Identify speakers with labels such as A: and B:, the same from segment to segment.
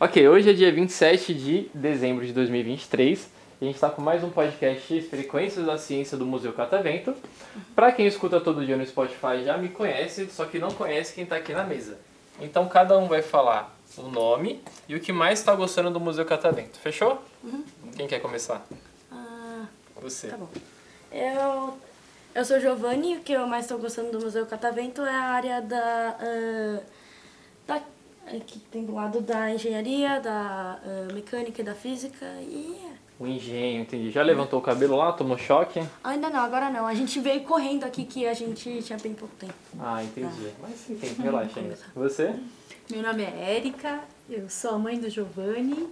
A: Ok, hoje é dia 27 de dezembro de 2023 e a gente está com mais um podcast Frequências da Ciência do Museu Catavento. Para quem escuta todo dia no Spotify já me conhece, só que não conhece quem está aqui na mesa. Então cada um vai falar o nome e o que mais está gostando do Museu Catavento. Fechou? Quem quer começar?
B: Ah,
A: Você.
B: tá bom. Eu, eu sou Giovanni, o que eu mais estou gostando do Museu Catavento é a área da, ah, da é, que tem do lado da engenharia, da ah, mecânica e da física e é.
A: O engenho, entendi. Já levantou o cabelo lá, tomou choque?
B: ainda não, agora não. A gente veio correndo aqui que a gente tinha bem pouco tempo.
A: Ah, entendi. Mas sim, tem, relaxa ainda. Você?
C: Meu nome é Érica, eu sou a mãe do Giovanni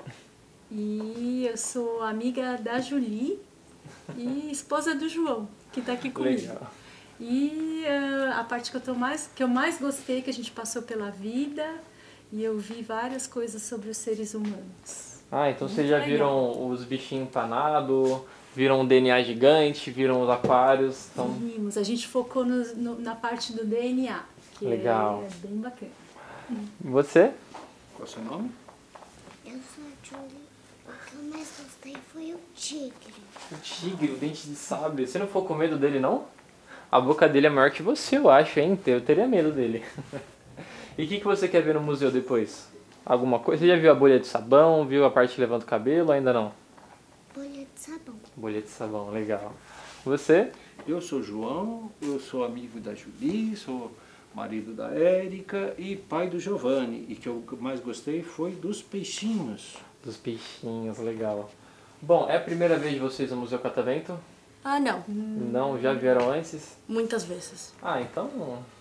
C: e eu sou amiga da Julie e esposa do João, que tá aqui comigo.
A: Legal.
C: E ah, a parte que eu, tô mais, que eu mais gostei, que a gente passou pela vida e eu vi várias coisas sobre os seres humanos.
A: Ah, então vocês
C: Muito
A: já
C: legal.
A: viram os bichinhos empanados, viram um o DNA gigante, viram os aquários. Então,
C: Vimos, a gente focou no- no- na parte do DNA, que
A: Legal.
C: é bem bacana. Uhum.
A: você?
D: Qual é o seu nome?
E: Eu sou a Julie. O que eu mais gostei foi o tigre.
A: O tigre, o dente de sabre. Você não ficou com medo dele, não? A boca dele é maior que você, eu acho, hein? Eu teria medo dele. e o que, que você quer ver no museu depois? Alguma coisa? Você já viu a bolha de sabão? Viu a parte que levanta o cabelo? Ainda não?
E: Bolha de sabão.
A: Bolha de sabão, legal. Você?
D: Eu sou o João, eu sou amigo da Julie, sou marido da Érica e pai do Giovanni. E que eu mais gostei foi dos peixinhos.
A: Dos peixinhos, legal. Bom, é a primeira vez de vocês no Museu Catavento?
B: Ah, não,
C: Hum.
A: Não, já vieram antes?
B: muitas vezes.
A: Ah, então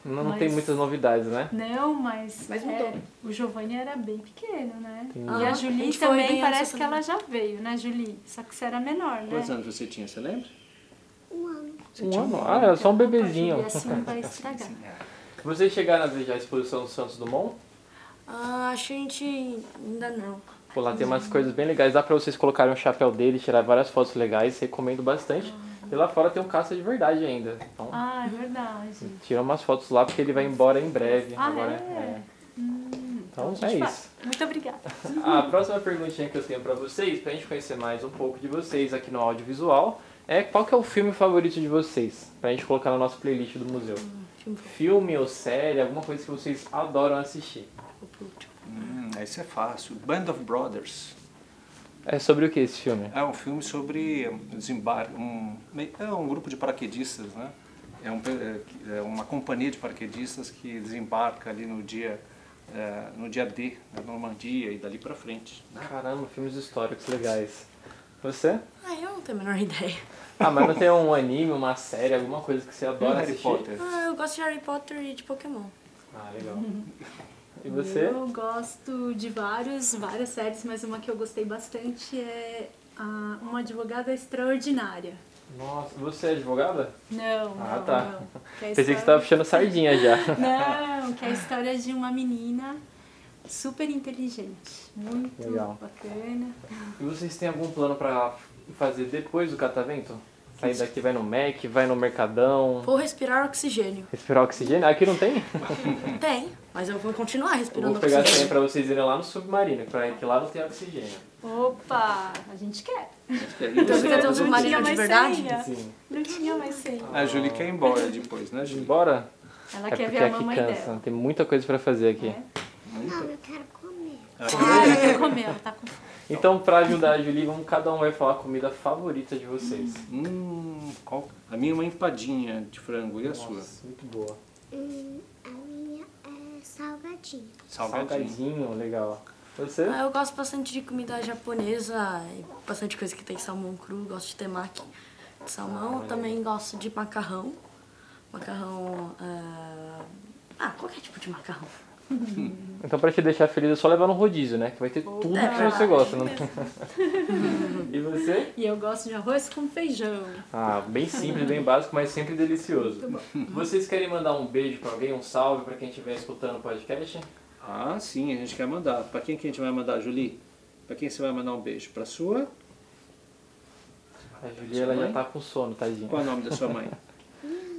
A: não, não
C: Mas-
A: tem muitas novidades, né?
C: Não, mas,
B: Mas mudou.
C: é, o Giovanni era bem pequeno, né?
A: Entendi.
C: E
B: Ah,
C: a
B: a
C: Julie
B: gente foi
C: também
B: bem
C: parece que
B: essa
C: ela já veio, né, Julie? Só que você era menor, né?
D: Quantos
B: É.
A: é.
D: anos você tinha, você lembra?
E: Um ano.
D: Você
A: Um
D: tinha
A: ano? Ah, era só um bebezinho.
C: E assim vai estragar.
A: é. Vocês chegaram a ver já a exposição do Santos Dumont?
B: Ah, a gente ainda não.
A: Pô,
C: Ah,
A: lá tem umas coisas bem legais. Dá pra vocês colocarem o chapéu dele, tirar várias fotos legais. Recomendo bastante. E lá fora tem um caça de verdade ainda. Então,
C: Ah, é verdade.
A: tira umas fotos lá porque ele vai embora em breve.
C: Ah,
A: agora,
C: é?
A: Então,
C: A
A: é
C: gente vai.
A: isso.
C: Muito obrigada.
A: A próxima perguntinha que eu tenho pra vocês, pra gente conhecer mais um pouco de vocês aqui no audiovisual, é qual que é o filme favorito de vocês? Pra gente colocar na nossa playlist do museu.
B: filme.
A: Filme ou série, alguma coisa que vocês adoram assistir.
B: Vou pro último.
D: Hum, esse é fácil. Band of Brothers.
A: É sobre o que esse filme?
D: É um filme sobre desembarque, um, meio- é um grupo de paraquedistas, né? É, um pe- é que- é uma companhia de paraquedistas que desembarca ali no dia, eh, no dia D, na Normandia e dali pra frente.
A: Caramba, filmes históricos legais. Você?
B: Ah, eu não tenho a menor ideia.
A: Ah, mas não tem um anime, uma série, alguma coisa que você
D: E o
A: adora
D: Harry
A: assistir?
D: Potter.
B: Ah, eu gosto de Harry Potter e de Pokémon.
A: Ah, legal. E você?
C: Eu gosto de vários, várias séries, mas uma que eu gostei bastante é a Uma Advogada Extraordinária.
A: Nossa, você é advogada?
C: Não,
A: Ah,
C: não,
A: tá.
C: não. Que é a
A: Pensei que você
C: história-
A: tava puxando sardinha já.
C: Não, que é a história de uma menina super inteligente. Muito
A: Legal.
C: bacana.
A: E vocês têm algum plano pra fazer depois do catavento? Sair daqui, vai no Mac, vai no Mercadão,
B: Vou respirar oxigênio.
A: respirar oxigênio? Aqui não tem?
B: Tem, mas eu vou continuar
A: Eu
B: respirando
A: vou pegar a senha
B: oxigênio.
A: pra vocês irem lá no submarino, pra que lá não tem oxigênio.
C: Opa, a gente quer.
D: E
B: Então
D: você,
B: fica tendo
D: Julie?
B: submarino de
C: mais
B: verdade?
C: senha.
A: Sim.
C: Não tinha mais senha.
D: A Julie quer ir embora depois, né, Julie?
A: Bora?
C: Ela
A: é
C: quer
A: porque
C: ver a
A: aqui
C: mamãe
A: cansa,
C: dela.
A: tem muita coisa pra fazer aqui.
C: É.
E: Não, eu quero comer.
C: Ah, ela quer comer, ela tá com
A: Então, pra ajudar a Julie, vamos, cada um vai falar a comida favorita de vocês.
D: Hum, qual? A minha é uma empadinha de frango e a sua?
A: Nossa, muito boa.
E: Hum, a minha é salgadinha.
D: Salgadinho.
A: Salgadinho, legal. Você?
B: Ah, Eu gosto bastante de comida japonesa e bastante coisa que tem salmão cru, gosto de temaki de salmão, também gosto de macarrão. Macarrão. ah, Ah, qualquer tipo de macarrão.
A: Então, pra te deixar feliz, é só levar no rodízio, né? Que vai ter tudo que você gosta. Não... e você?
C: E eu gosto de arroz com feijão.
A: Ah, bem simples, bem básico, mas sempre delicioso. Vocês querem mandar um beijo pra alguém, um salve pra quem estiver escutando o podcast?
D: Ah, sim, a gente quer mandar. Para quem que a gente vai mandar, Julie? Para quem você vai mandar um beijo? Para sua?
A: A Julia, ela já tá com sono, tadinha.
D: Qual é o nome da sua mãe?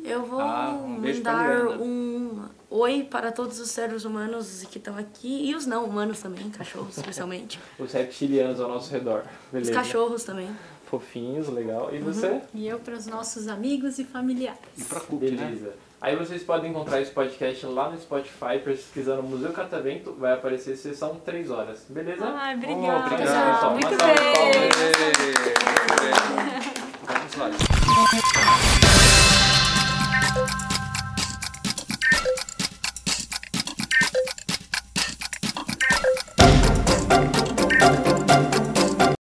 B: Eu vou
D: Ah, um beijo pra
B: mandar
D: Adriana.
B: um oi para todos os seres humanos que estão aqui e os não humanos também, cachorros especialmente.
A: Os reptilianos ao nosso redor.
B: Os
A: Beleza.
B: cachorros Uhum. também.
A: Fofinhos, legal. E você?
C: E eu para os nossos amigos e
D: E
C: familiares.
D: para Cook, né?
A: Beleza. Aí vocês podem encontrar esse podcast lá no Spotify, pesquisando Museu Catavento, vai aparecer sessão 3 horas. Beleza?
C: Ai,
D: Oh,
C: obrigada.
A: obrigado, pessoal.
C: Muito
A: Uma salva de
C: bem.
A: palmas.
D: Ei.